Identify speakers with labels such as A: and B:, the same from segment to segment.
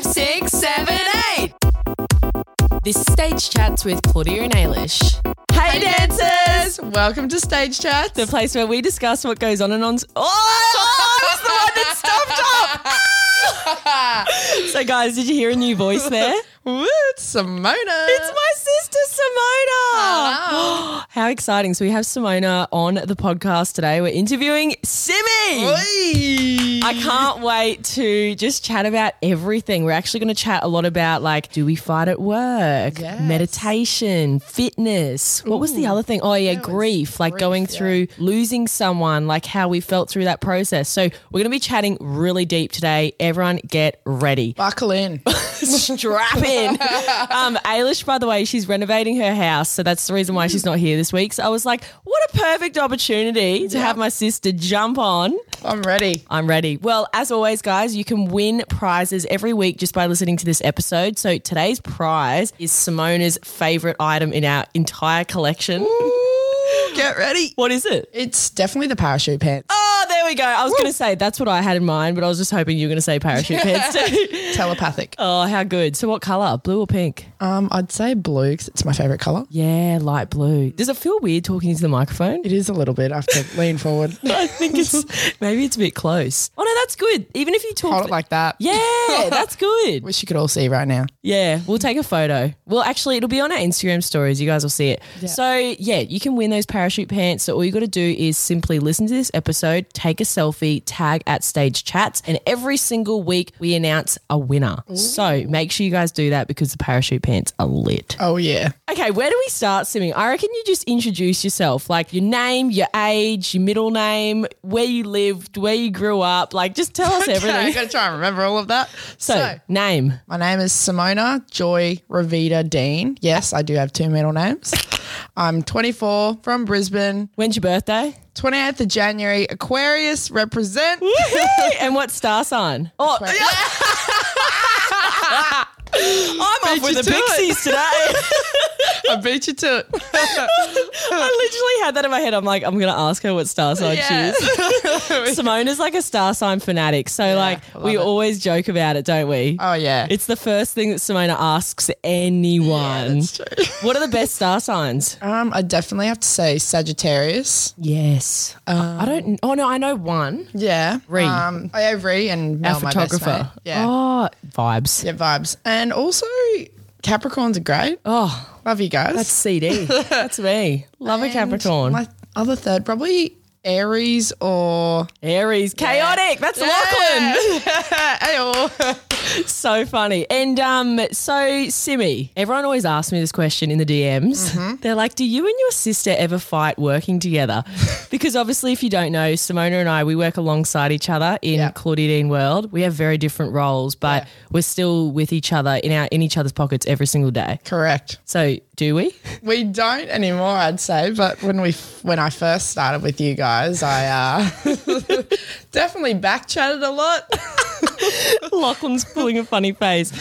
A: six, seven, eight. This is Stage Chats with Claudia and Ailish. Hey, dancers!
B: Welcome to Stage Chats.
A: The place where we discuss what goes on and on. Oh, I was the one that stumped up. So, guys, did you hear a new voice there?
B: Woo, it's Simona.
A: It's my sister Simona.
B: Hello.
A: How exciting. So we have Simona on the podcast today. We're interviewing Simi.
B: Oi.
A: I can't wait to just chat about everything. We're actually going to chat a lot about like, do we fight at work,
B: Yes.
A: meditation, fitness. What was the other thing? Oh, yeah, grief, like going through losing someone, like how we felt through that process. So we're going to be chatting really deep today. Everyone get ready
B: Buckle in.
A: strap in. um, Ailish, by the way, she's renovating her house, so that's the reason why she's not here this week. So I was like, what a perfect opportunity to have my sister jump on.
B: I'm ready.
A: I'm ready. Well, as always, guys, you can win prizes every week just by listening to this episode. So today's prize is Simona's favorite item in our entire collection.
B: Get ready.
A: What is it?
B: It's definitely the parachute pants.
A: Oh, there we go. I was going to say that's what I had in mind, but I was just hoping you were going to say parachute pants too.
B: Telepathic.
A: oh, how good. So, what color? Blue or pink?
B: Um, I'd say blue 'cause it's my favorite color.
A: Yeah, light blue. Does it feel weird talking into the microphone?
B: It is a little bit. I have to lean forward.
A: I think it's maybe it's a bit close. Oh no, that's good. Even if you talk,
B: Hold it like that.
A: yeah, that's good.
B: Wish you could all see right now.
A: Yeah, we'll take a photo. Well, actually, it'll be on our Instagram stories. You guys will see it. So yeah, you can win those parachute pants. So all you got to do is simply listen to this episode, take a selfie, tag at Stage Chats, and every single week we announce a winner. So make sure you guys do that because the parachute pants are lit.
B: Oh yeah.
A: Okay, where do we start, Simming? I reckon you just introduce yourself, like your name, your age, your middle name, where you lived, where you grew up. Like, just tell us
B: Okay, I'm
A: everything.
B: gonna try and remember all of that.
A: So, name.
B: My name is Simona Joy Ravita Dean. Yes, I do have two middle names. I'm 24 from Brisbane.
A: When's your birthday?
B: 28th of January, Aquarius represent.
A: and what star sign? Oh, I'm off
B: you
A: with the
B: to it.
A: pixies today.
B: I beat you to it.
A: I literally had that in my head. I'm like, I'm going to ask her what star sign
B: Yeah.
A: she is. Simona's like a star sign fanatic. So, like,
B: I love
A: we
B: it.
A: always joke about it, don't we?
B: Oh yeah.
A: It's the first thing that Simona asks anyone.
B: that's true.
A: What are the best star signs?
B: Um, I definitely have to say Sagittarius.
A: Yes. I
B: Um,
A: don't. Oh no, I know one.
B: Yeah.
A: Ree.
B: Um, I have Ree and Mel,
A: Our
B: my best
A: photographer.
B: mate. Yeah.
A: Oh, vibes.
B: Yeah, vibes. And also Capricorns are great.
A: Oh,
B: Love you guys.
A: that's CD. that's me. Love a
B: And
A: Capricorn.
B: My other third, probably Aries or
A: Aries. Chaotic. That's Lachlan.
B: Ayo.
A: So funny. And um, so Simi, everyone always asks me this question in the DMs. They're like, "Do you and your sister ever fight working together?" because obviously, if you don't know, Simona and I we work alongside each other in
B: Yeah.
A: Claudia Dean World. We have very different roles, but we're still with each other in our in each other's pockets every single day.
B: Correct.
A: So do we?
B: We don't anymore, I'd say. But when we when I first started with you guys, I uh, definitely back chatted a lot.
A: Lachlan's pulling a funny face.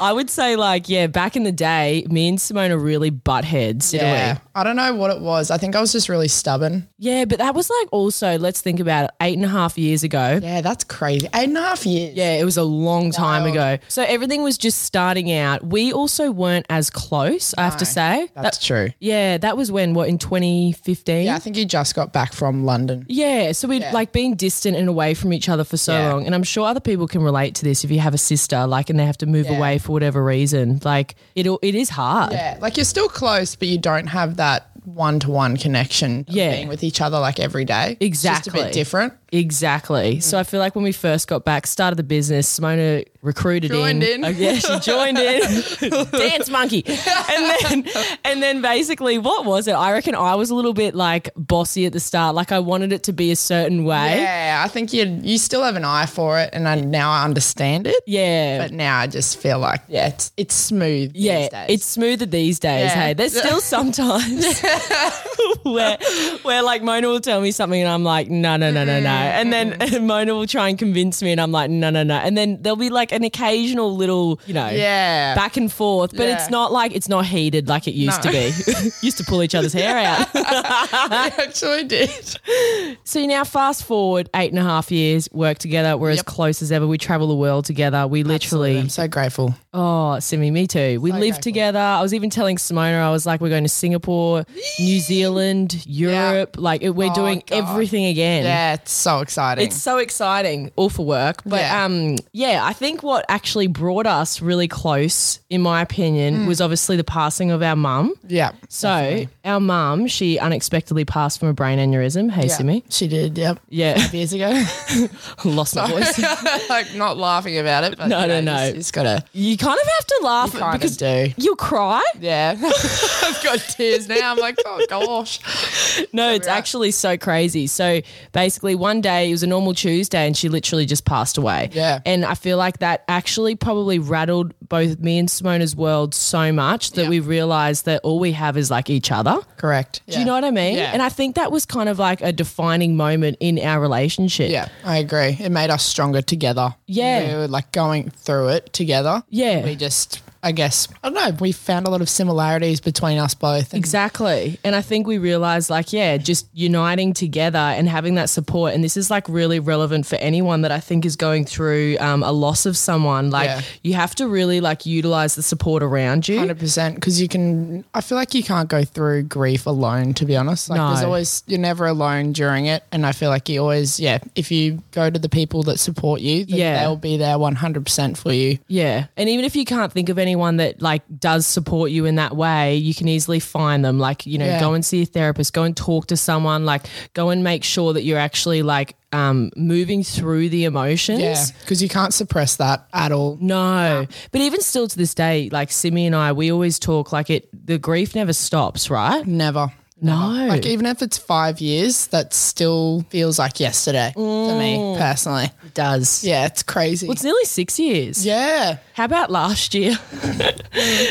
A: I would say, like, yeah, back in the day, me and Simona really butt heads, didn't we?
B: I don't know what it was. I think I was just really stubborn.
A: Yeah, but that was like also, let's think about it, eight and a half years ago.
B: Yeah, that's crazy. Eight and a half years.
A: Yeah, it was a long time
B: Wild.
A: ago. So everything was just starting out. We also weren't as close, I have to say.
B: That's
A: That-
B: true.
A: yeah, that was when, what, in 2015?
B: Yeah, I think you just got back from London.
A: Yeah, so we'd like being distant and away from each other for so
B: Yeah.
A: long. And I'm sure other people can relate to this if you have a sister, like, and they have to move
B: Yeah.
A: away for whatever reason. Like, it, it is hard.
B: Yeah, like you're still close, but you don't have that one to one connection of
A: Yeah.
B: being with each other like every day. It's just a
A: Exactly.
B: bit different.
A: Exactly. So I feel like when we first got back, started the business, Simona recruited
B: Joined in.
A: Oh, yeah, she joined in. Dance monkey. And then and then basically what was it? I reckon I was a little bit like bossy at the start. Like I wanted it to be a certain way.
B: Yeah, I think you you still have an eye for it, and I, now I understand it.
A: Yeah.
B: But now I just feel like yeah, it's it's smooth.
A: yeah,
B: these days.
A: it's smoother these days.
B: Yeah.
A: Hey, there's still
B: Mm-hmm.
A: sometimes where, where like Mona will tell me something and I'm like, no, no, no, no, no, And then Mona will try and convince me, and I'm like, no, no, no. And then there'll be like an occasional little, you know,
B: Yeah.
A: back and forth, but
B: Yeah.
A: it's not like it's not heated like it used
B: No.
A: to be. used to pull each other's hair out.
B: I actually did.
A: So now fast forward eight and a half years, work together, we're as
B: Yep.
A: close as ever. We travel the world together. We literally
B: I'm so grateful.
A: Oh, Simi, me too. We lived
B: grateful.
A: together. I was even telling Simona, I was like, we're going to Singapore, New Zealand, Europe. Like, it, we're doing
B: Oh, God.
A: everything again.
B: Yeah, it's so exciting.
A: It's so exciting, all for work. But
B: Yeah.
A: um, yeah, I think what actually brought us really close, in my opinion,
B: Mm.
A: was obviously the passing of our mum.
B: yeah.
A: So our mum, she unexpectedly passed from a brain aneurysm. Hey,
B: yeah.
A: Simi.
B: She did, yep.
A: Yeah,
B: Years ago.
A: lost my voice.
B: like not laughing about it, but
A: No,
B: you
A: no,
B: know,
A: no.
B: It's, it's gotta
A: You kind of have to laugh
B: kind of
A: because
B: do.
A: you'll cry.
B: Yeah. I've got tears now. I'm like, oh gosh.
A: No, it's
B: right.
A: actually so crazy. So basically, one day it was a normal Tuesday, and she literally just passed away.
B: Yeah.
A: and I feel like that actually probably rattled both me and Simona's world so much that
B: Yeah.
A: we realized that all we have is like each other.
B: Correct.
A: Do you know what I mean?
B: Yeah.
A: And I think that was kind of like a defining moment in our relationship.
B: Yeah, I agree. It made us stronger together.
A: Yeah.
B: We were like going through it together.
A: Yeah.
B: We just, I guess, I don't know, we found a lot of similarities between us both. And
A: Exactly. And I think we realized, like, yeah, just uniting together and having that support. And this is like really relevant for anyone that I think is going through um, a loss of someone. Like,
B: Yeah.
A: you have to really like utilize the support around you.
B: 100% because you can, I feel like you can't go through grief alone, to be honest. Like,
A: No.
B: there's always, you're never alone during it. And I feel like you always, yeah, if you go to the people that support you, then
A: Yeah.
B: they'll be there 100% for you.
A: Yeah. And even if you can't think of anyone that like does support you in that way, you can easily find them. Like, you know,
B: Yeah.
A: go and see a therapist, go and talk to someone, like go and make sure that you're actually like um moving through the emotions.
B: Yeah. Because you can't suppress that at all.
A: No. But even still to this day, like Simi and I, we always talk like it the grief never stops, right?
B: Never.
A: No.
B: Like even if it's five years, that still feels like yesterday for
A: Mm.
B: me personally.
A: it does. Yeah.
B: Yeah, it's crazy.
A: It's nearly six years.
B: yeah,
A: How about last year?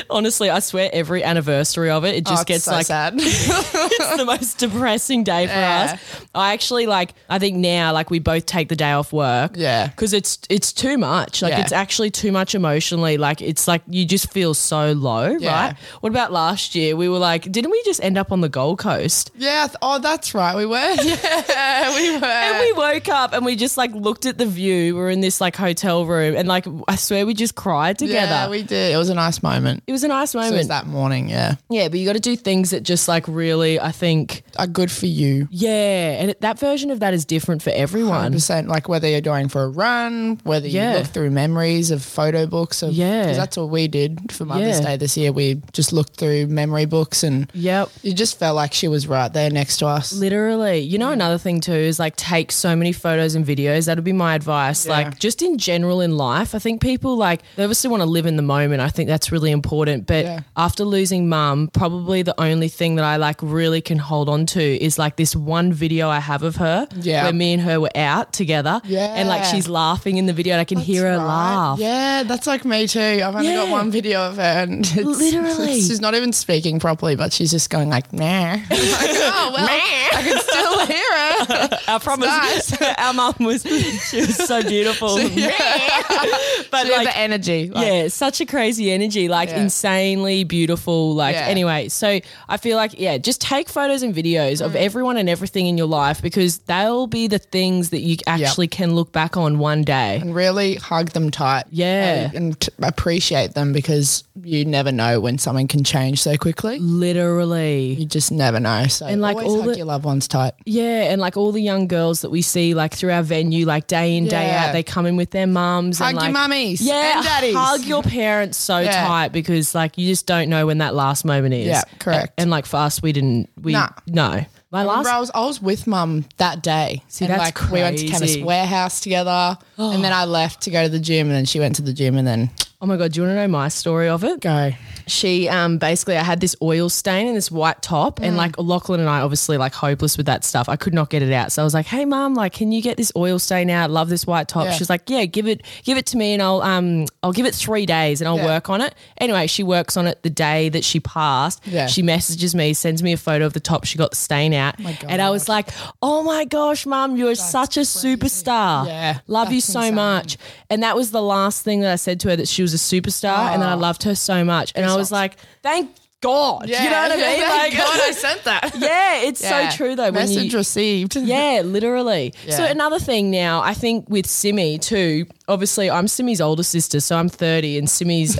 A: Honestly, I swear every anniversary of it, it just
B: Oh, it's
A: gets
B: so
A: like
B: sad.
A: it's the most depressing day for
B: Yeah.
A: us. I actually like I think now like we both take the day off work.
B: Yeah.
A: Cuz it's it's too much. Like
B: Yeah.
A: it's actually too much emotionally. Like it's like you just feel so low,
B: Yeah.
A: right? What about last year? We were like didn't we just end up on the Gold Coast?
B: yeah. th- Oh, that's right. We were. Yeah, we were.
A: And we woke up and we just like looked at the view. We were in this like hotel room and like I swear we just cried together.
B: Yeah, we did. It was a nice moment.
A: it was a nice
B: It was
A: moment.
B: that morning. Yeah,
A: Yeah, but you got to do things that just like really, I think,
B: are good for you.
A: yeah. And it- that version of that is different for everyone.
B: Percent like whether you're going for a run, whether you
A: Yeah.
B: look through memories of photo books. Of, 'cause
A: Yeah.
B: that's what we did for Mother's
A: Yeah.
B: Day this year. We just looked through memory books, and
A: Yep.
B: it just felt like she was right there next to us.
A: Literally. You know, another thing too is like take so many photos and videos. That'd be my advice. Like, just in general in life, I think people like, they obviously want to live in the moment. I think that's really important. But
B: Yeah.
A: after losing mum, probably the only thing that I like really can hold on to is like this one video I have of her
B: Yeah.
A: where me and her were out together. And like
B: Yeah.
A: she's laughing in the video and I can hear her
B: Right.
A: laugh.
B: Yeah, that's like me too. I've only got
A: Yeah.
B: one video of her, and it's,
A: Literally.
B: she's not even speaking properly, but she's just going like, "Nah." I'm like, oh well, I can still hear her.
A: Our promise, our mum was, she was so beautiful. but
B: She had
A: like,
B: the energy. like-
A: yeah, such a crazy energy, like insanely beautiful. Like,
B: Yeah.
A: anyway, so I feel like, yeah, just take photos and videos of
B: Mm.
A: everyone and everything in your life because they'll be the things that you actually can look back on one day.
B: and really hug them tight.
A: Yeah.
B: and, and t- appreciate them because you never know when something can change so quickly.
A: Literally.
B: You just never know. So and
A: Mm. like,
B: always
A: all
B: hug
A: the-
B: your loved ones tight.
A: Yeah. And like all the young girls that we see, like through our venue, like day in, day
B: Yeah.
A: out, they come in with their mums.
B: Hug
A: and,
B: your
A: like,
B: mummies.
A: Yeah,
B: and daddies.
A: hug your parents so
B: Yeah.
A: tight because like you just don't know when that last moment is.
B: Yeah, correct.
A: A- And, like for us, we didn't. We
B: Nah.
A: no. My last.
B: Bro, I was, I was with mum that day. See,
A: that's
B: like we went to Chemist
A: crazy.
B: Warehouse together, and then I left to go to the gym, and then she went to the gym, and then
A: Oh my god, do you want to know my story of it?
B: Go.
A: she um basically I had this oil stain in this white top
B: Mm.
A: and like Lachlan and I obviously like hopeless with that stuff. I could not get it out. So I was like, Hey mom, like can you get this oil stain out? Love this white top.
B: Yeah.
A: She's like, Yeah, give it give it to me and I'll um I'll give it three days and I'll
B: Yeah.
A: work on it. Anyway, she works on it the day that she passed.
B: Yeah. Oh
A: She messages me, sends me a photo of the top she got the stain out. and I was like, Oh my gosh, mom, you're such a superstar.
B: Yeah,
A: Love you
B: that's
A: so
B: insane.
A: much. And that was the last thing that I said to her that she was a superstar and that I
B: Ah.
A: loved her so much. And I was like, thank God. You know what I mean?
B: Thank
A: Like,
B: God I sent that.
A: yeah, it's
B: Yeah.
A: so true though. when you-
B: Message received.
A: yeah, literally. So
B: Yeah.
A: another thing now, I think with Simi too, obviously I'm Simi's older sister, so I'm 30 and Simi's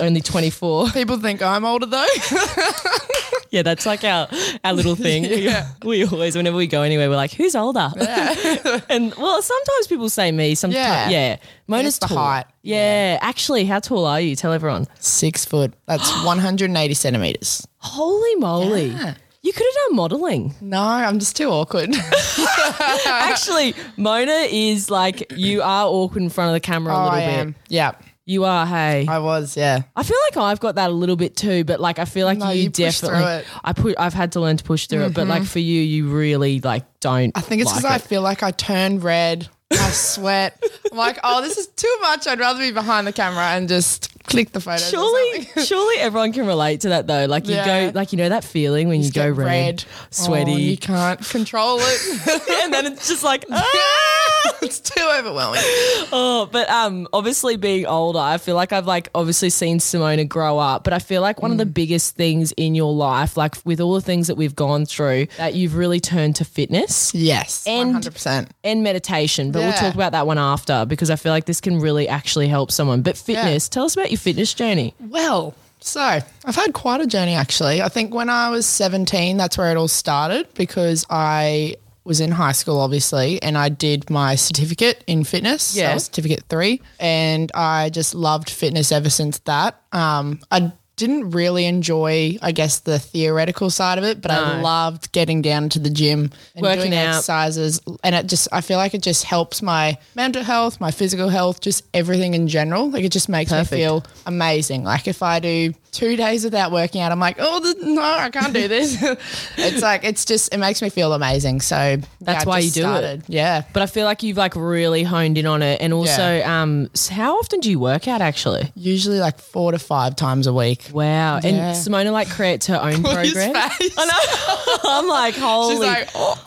A: only 24.
B: People think I'm older though.
A: yeah, that's like our our little thing. We always whenever we go anywhere, we're like, who's older? and well, sometimes people say me, sometimes yeah.
B: Yeah.
A: Mona's
B: It's the
A: tall.
B: height.
A: Yeah. Actually, how tall are you? Tell everyone.
B: Six foot. That's 180 centimeters.
A: Holy moly.
B: Yeah.
A: You could have done modeling.
B: No, I'm just too awkward.
A: Actually, Mona is like you are awkward in front of the camera a little
B: Oh, I
A: bit.
B: am. Yeah,
A: You are, hey.
B: I was. Yeah.
A: I feel like I've got that a little bit too, but like I feel like
B: No,
A: you,
B: you push through
A: definitely
B: it. Mm-hmm.
A: I put I've had to learn to push through it, but like for you, you really like don't
B: I think it's because I feel like I turn red. I sweat. I'm like, oh, this is too much. I'd rather be behind the camera and just click the photos. or
A: Surely,
B: something.
A: surely everyone can relate to that though. Like you
B: Yeah.
A: go, like you know that feeling when you, go
B: Get
A: red,
B: Oh, you
A: sweaty,
B: can't control it.
A: and then it's just like, ah.
B: it's too overwhelming.
A: oh. But um, obviously being older, I feel like I've like obviously seen Simona grow up. But I feel like one of
B: Mm.
A: the biggest things in your life, like with all the things that we've gone through, that you've really turned to fitness.
B: Yes,
A: And-
B: 100%.
A: and meditation, but we'll
B: Yeah.
A: talk about that one after because I feel like this can really actually help someone. But fitness, tell us about your fitness journey.
B: Well, so I've had quite a journey actually. I think when I was 17, that's where it all started because I was in high school, obviously, and I did my certificate in fitness. so I
A: Yeah.
B: was certificate three. And I just loved fitness ever since that. Um, I didn't really enjoy, I guess, the theoretical side of it, but I loved getting down to the gym and
A: Working
B: doing
A: out.
B: exercises. And it just, I feel like it just helps my mental health, my physical health, just everything in general. Like it just makes
A: Perfect.
B: me feel amazing. Like if I do two days without working out, I'm like, oh th- no, I can't do this. it's like it's just it makes me feel amazing. So
A: That's why you do it.
B: it. Yeah.
A: But I feel like you've like really honed in on it. And also, um, s- how often do you work out actually?
B: Usually like four to five times a week.
A: Wow. And
B: Yeah.
A: Simona like creates her own program. I know. I'm like, holy,
B: She's like, oh.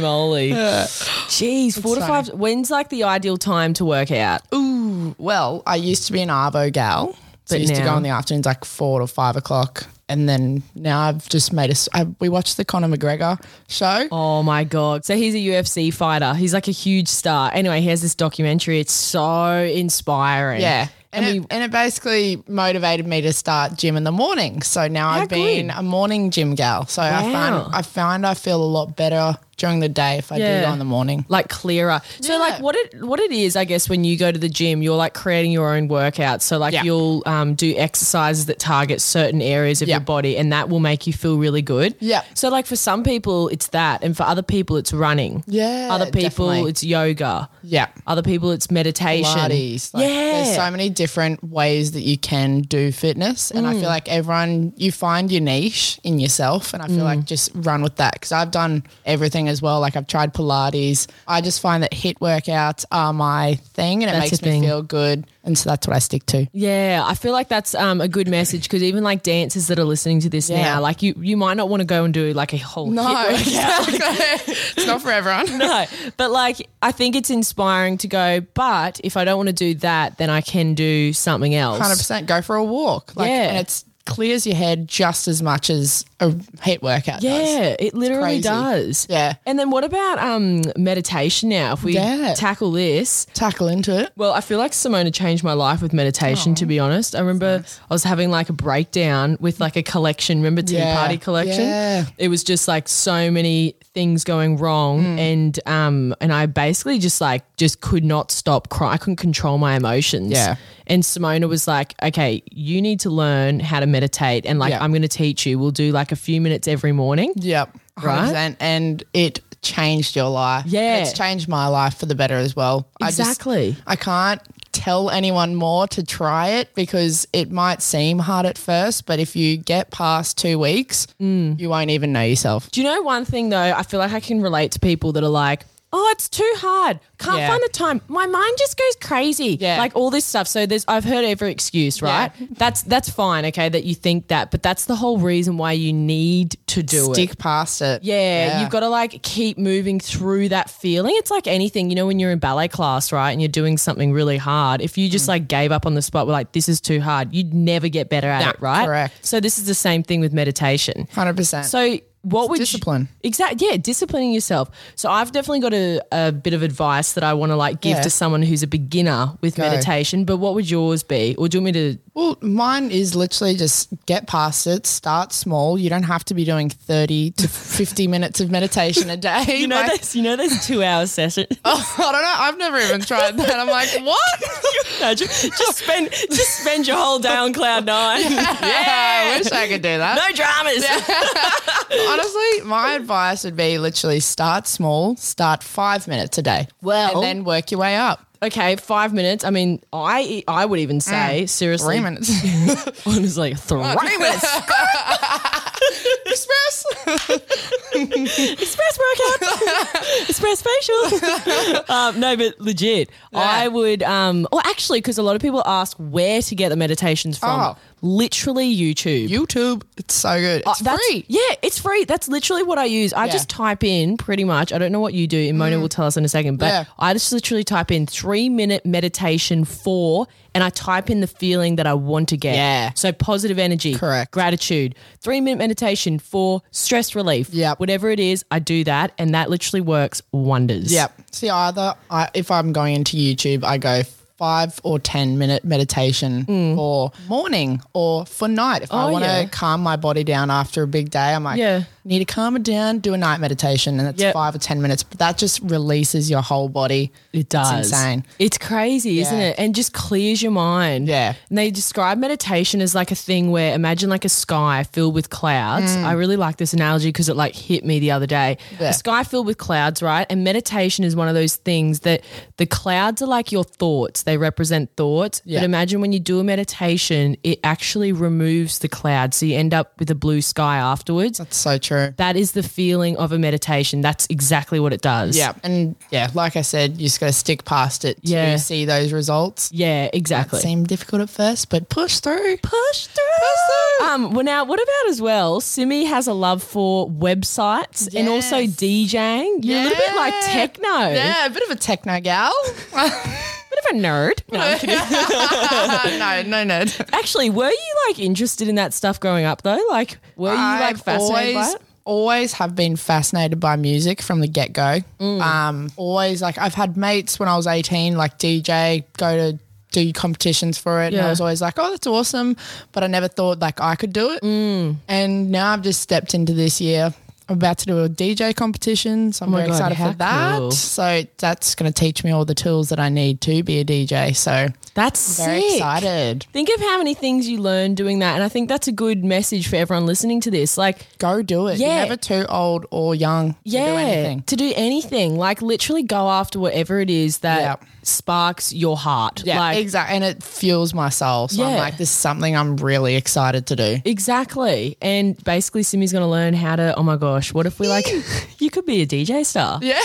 A: moly. Jeez, four to
B: funny.
A: five. When's like the ideal time to work out?
B: Well, I used to be an Arvo gal. So
A: But
B: I used to go
A: now-
B: in the afternoons like four to five o'clock. And then now I've just made us. I, we watched the Conor McGregor show.
A: Oh my god! So he's a UFC fighter. He's like a huge star. Anyway, he has this documentary. It's so inspiring.
B: Yeah. And,
A: and,
B: it, and it basically motivated me to start gym in the morning. So now I've been
A: good.
B: a morning gym gal. So I
A: Wow.
B: find I find I feel a lot better during the day if I
A: Yeah.
B: do go in the morning.
A: like clearer. So
B: Yeah.
A: like what it what it is, I guess, when you go to the gym, you're like creating your own workouts. So like
B: Yeah.
A: you'll um, do exercises that target certain areas of
B: Yeah.
A: your body, and that will make you feel really good.
B: Yeah.
A: So like for some people, it's that, and for other people, it's running.
B: Yeah,
A: Other people,
B: definitely.
A: it's yoga.
B: Yeah.
A: Other people, it's meditation.
B: Pilates. Like, There's so many different ways that you can do fitness. And I feel
A: Mm.
B: like everyone, you find your niche in yourself. And I feel
A: Mm.
B: like just run with that. Cause I've done everything as well. Like I've tried Pilates. I just find that HIT workouts are my thing and it
A: That's
B: makes
A: your
B: me
A: thing.
B: feel good. And so that's what I stick to.
A: Yeah, I feel like that's um, a good message because even like dancers that are listening to this
B: Yeah.
A: now, like you, you might not want to go and do like a whole
B: No,
A: hit
B: it's not for everyone.
A: workout. but like I think it's inspiring to go. But if I don't want to do that, then I can do something else.
B: Hundred percent. Go for a walk. Like,
A: Yeah.
B: and it's clears your head just as much as a hit workout does.
A: Yeah, it literally
B: crazy.
A: does.
B: Yeah.
A: And then what about um meditation now? If we
B: Yeah.
A: tackle this,
B: Tackle into it.
A: Well, I feel like Simona changed my life with meditation, to be honest. I remember I was having like a breakdown with like a collection, remember Tea
B: Yeah.
A: Party collection?
B: Yeah.
A: It was just like so many things going wrong
B: Mm.
A: and um and I basically just like just could not stop crying. I couldn't control my emotions.
B: Yeah.
A: And Simona was like, "Okay, you need to learn how to meditate and like
B: Yeah.
A: I'm going to teach you. We'll do like a few minutes every morning."
B: Yep.
A: Right?
B: 100%. And it changed your life.
A: Yeah.
B: And it's changed my life for the better as well. I just-
A: Exactly.
B: I can't tell anyone more to try it because it might seem hard at first, but if you get past two weeks,
A: Mm.
B: you won't even know yourself.
A: Do you know one thing though? I feel like I can relate to people that are like, "Oh, it's too hard. Can't
B: Yeah.
A: find the time. My mind just goes crazy."
B: Yeah.
A: Like all this stuff. So there's I've heard every excuse, right? That's that's fine, okay, that you think that, but that's the whole reason why you need to do it.
B: Stick past it.
A: Yeah, you've got to like keep moving through that feeling. It's like anything, you know, when you're in ballet class, right, and you're doing something really hard. If you
B: Mm.
A: just like gave up on the spot, we're like, this is too hard, you'd never get better at
B: Nah,
A: it, right?
B: correct.
A: So this is the same thing with meditation.
B: 100%.
A: So what would
B: discipline.
A: You, exactly. Yeah, disciplining yourself. So I've definitely got a, a bit of advice that I want to like give
B: Yeah.
A: to someone who's a beginner with meditation. But what would yours be? Or do you want me to?
B: Well, mine is literally just get past it, start small. You don't have to be doing 30 to 50 minutes of meditation a day.
A: You know,
B: Like,
A: there's you know, there's two hour session.
B: oh, I don't know. I've never even tried that. I'm like, what?
A: No, ju- just spend just spend your whole day on cloud nine.
B: I wish I could do that.
A: No dramas.
B: Honestly, my advice would be literally start small, start five minutes a day.
A: Well-
B: and then work your way up.
A: Okay, five minutes. I mean, I I would even say
B: Mm.
A: seriously,
B: Three minutes.
A: honestly,
B: Oh,
A: three minutes.
B: Express.
A: Express workout, express facial. um, no, but legit, I would. Um, or actually, because a lot of people ask where to get the meditations from.
B: Oh.
A: Literally, YouTube.
B: YouTube. It's so good. It's
A: Uh, That's-
B: free.
A: Yeah, it's free. That's literally what I use. I
B: Yeah. Mm.
A: just type in pretty much. I don't know what you do. and Mona will tell us in a second, but
B: Yeah.
A: I just literally type in three minute meditation for, and I type in the feeling that I want to get.
B: Yeah.
A: So positive energy,
B: Correct.
A: Gratitude, three minute meditation for stress relief.
B: Yep.
A: Whatever it is, I do that, and that literally works wonders.
B: Yep. See, either I, if I'm going into YouTube, I go five or 10 minute meditation for morning or for night. If I
A: Mm. Oh,
B: want to
A: yeah.
B: calm my body down after a big day, I'm like,
A: Yeah.
B: need to calm it down, do a night meditation. And it's
A: Yep.
B: five or 10 minutes, but that just releases your whole body.
A: It does.
B: It's insane.
A: It's crazy, isn't
B: Yeah.
A: it? And just clears your mind.
B: Yeah.
A: And they describe meditation as like a thing where imagine like a sky filled with clouds. I really like this analogy because it like hit me the other day.
B: Mm. Yeah.
A: A sky filled with clouds, right? And meditation is one of those things that the clouds are like your thoughts. They represent thoughts.
B: Yeah.
A: But imagine when you do a meditation, it actually removes the clouds. So you end up with a blue sky afterwards.
B: That's so true.
A: That is the feeling of a meditation. That's exactly what it does.
B: Yeah. And yeah, like I said, you just got to stick past it to
A: Yeah.
B: see those results.
A: Yeah, exactly.
B: Seem difficult at first, but push through.
A: push through. Um, well, now what about as well? Simi has a love for websites and also
B: Yes.
A: DJing. You're a little bit like
B: Yeah.
A: techno,
B: Yeah, a bit of a techno gal.
A: bit of a nerd. No, I'm kidding.
B: no, no, no.
A: Actually, were you like interested in that stuff growing up though? Like, were you like
B: I've
A: fascinated
B: always,
A: by it?
B: Always have been fascinated by music from the get go.
A: Mm.
B: Um, always like I've had mates when I was eighteen, like DJ, go to do competitions for it, and
A: Yeah.
B: I was always like, oh, that's awesome, but I never thought like I could do it.
A: Mm.
B: And now I've just stepped into this year. I'm about to do a DJ competition, so I'm
A: Oh my
B: very
A: God,
B: excited
A: how
B: for that.
A: cool.
B: So that's going to teach me all the tools that I need to be a DJ. So
A: That's
B: very
A: sick.
B: excited.
A: Think of how many things you learn doing that, and I think that's a good message for everyone listening to this. Like,
B: Go do it.
A: Yeah.
B: You're never too old or young
A: yeah,
B: to do anything.
A: to do anything, like literally go after whatever it is that
B: Yeah.
A: sparks your heart.
B: Yeah,
A: like,
B: exactly. And it fuels my soul. So I'm
A: Yeah.
B: like, this is something I'm really excited to do.
A: Exactly. And basically, Simi's going to learn how to, oh my gosh, what if we like, you could be a DJ star.
B: Yeah.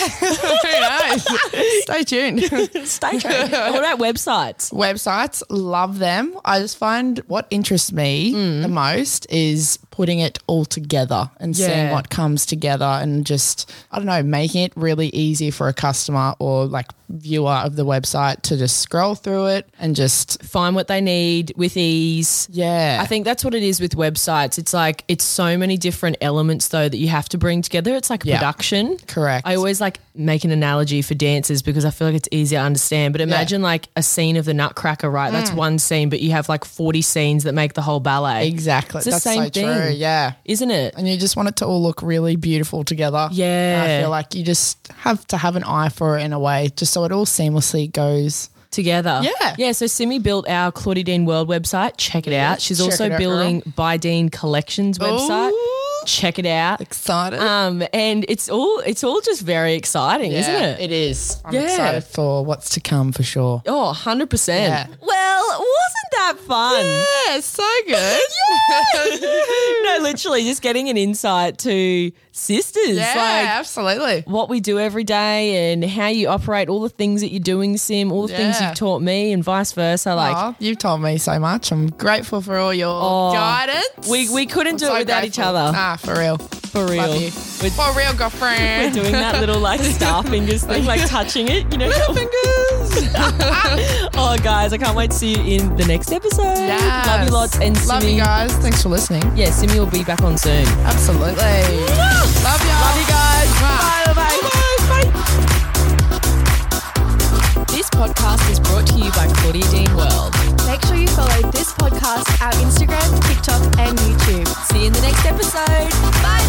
B: Stay tuned.
A: Stay tuned. what about websites?
B: Websites, love them. I just find what interests me
A: Mm.
B: the most is putting it all together and seeing
A: Yeah.
B: what comes together and just, I don't know, making it really easy for a customer or like viewer of the website to just scroll through it and just,
A: Find what they need with ease.
B: yeah.
A: I think that's what it is with websites. It's like, it's so many different elements, though, that you have to bring together. It's like a
B: Yeah.
A: production.
B: Correct.
A: I always like make an analogy for dances because I feel like it's easier to understand. But imagine like a scene of the Nutcracker, right? That's one scene, but you have like 40 scenes that make the whole ballet.
B: exactly.
A: the
B: That's
A: same
B: so true.
A: thing.
B: Yeah.
A: Isn't it?
B: and you just want it to all look really beautiful together.
A: Yeah.
B: And I feel like you just have to have an eye for it in a way, just so it all seamlessly goes.
A: together.
B: Yeah.
A: Yeah. So Simi built our Claudie Dean World website. Check it out. She's
B: check
A: also
B: it out,
A: building By Dean Collections website. Check it out.
B: Excited.
A: Um, and it's all it's all just very exciting, isn't
B: Yeah,
A: it?
B: It is. I'm
A: Yeah.
B: excited for what's to come for sure.
A: Oh, 100%.
B: Yeah.
A: Well, wasn't that fun?
B: Yeah, so good.
A: no, literally just getting an insight to sisters.
B: yeah,
A: Like,
B: absolutely.
A: what we do every day and how you operate, all the things that you're doing, Sim, all the things
B: Yeah.
A: you've taught me, and vice versa. Like, Oh,
B: Aw, you've told me so much. I'm grateful for all your guidance.
A: we, we couldn't do
B: So
A: it without each
B: grateful.
A: other.
B: Ah, for real.
A: for real.
B: Love you.
A: We're,
B: For real, girlfriend.
A: we're doing that little like star fingers thing, like touching it, you know?
B: fingers.
A: oh, guys, I can't wait to see you in the next episode.
B: Yes.
A: Love you lots. And Simi,
B: love you guys. Thanks for listening.
A: Yeah, Simi will be back on soon.
B: Absolutely. Love you.
A: Love you guys.
B: Mwah.
A: Bye. Bye. Bye. This podcast is brought to you by Claudia Dean World.
C: Make sure you follow this podcast, our Instagram, TikTok, and YouTube.
A: See you in the next episode. Bye.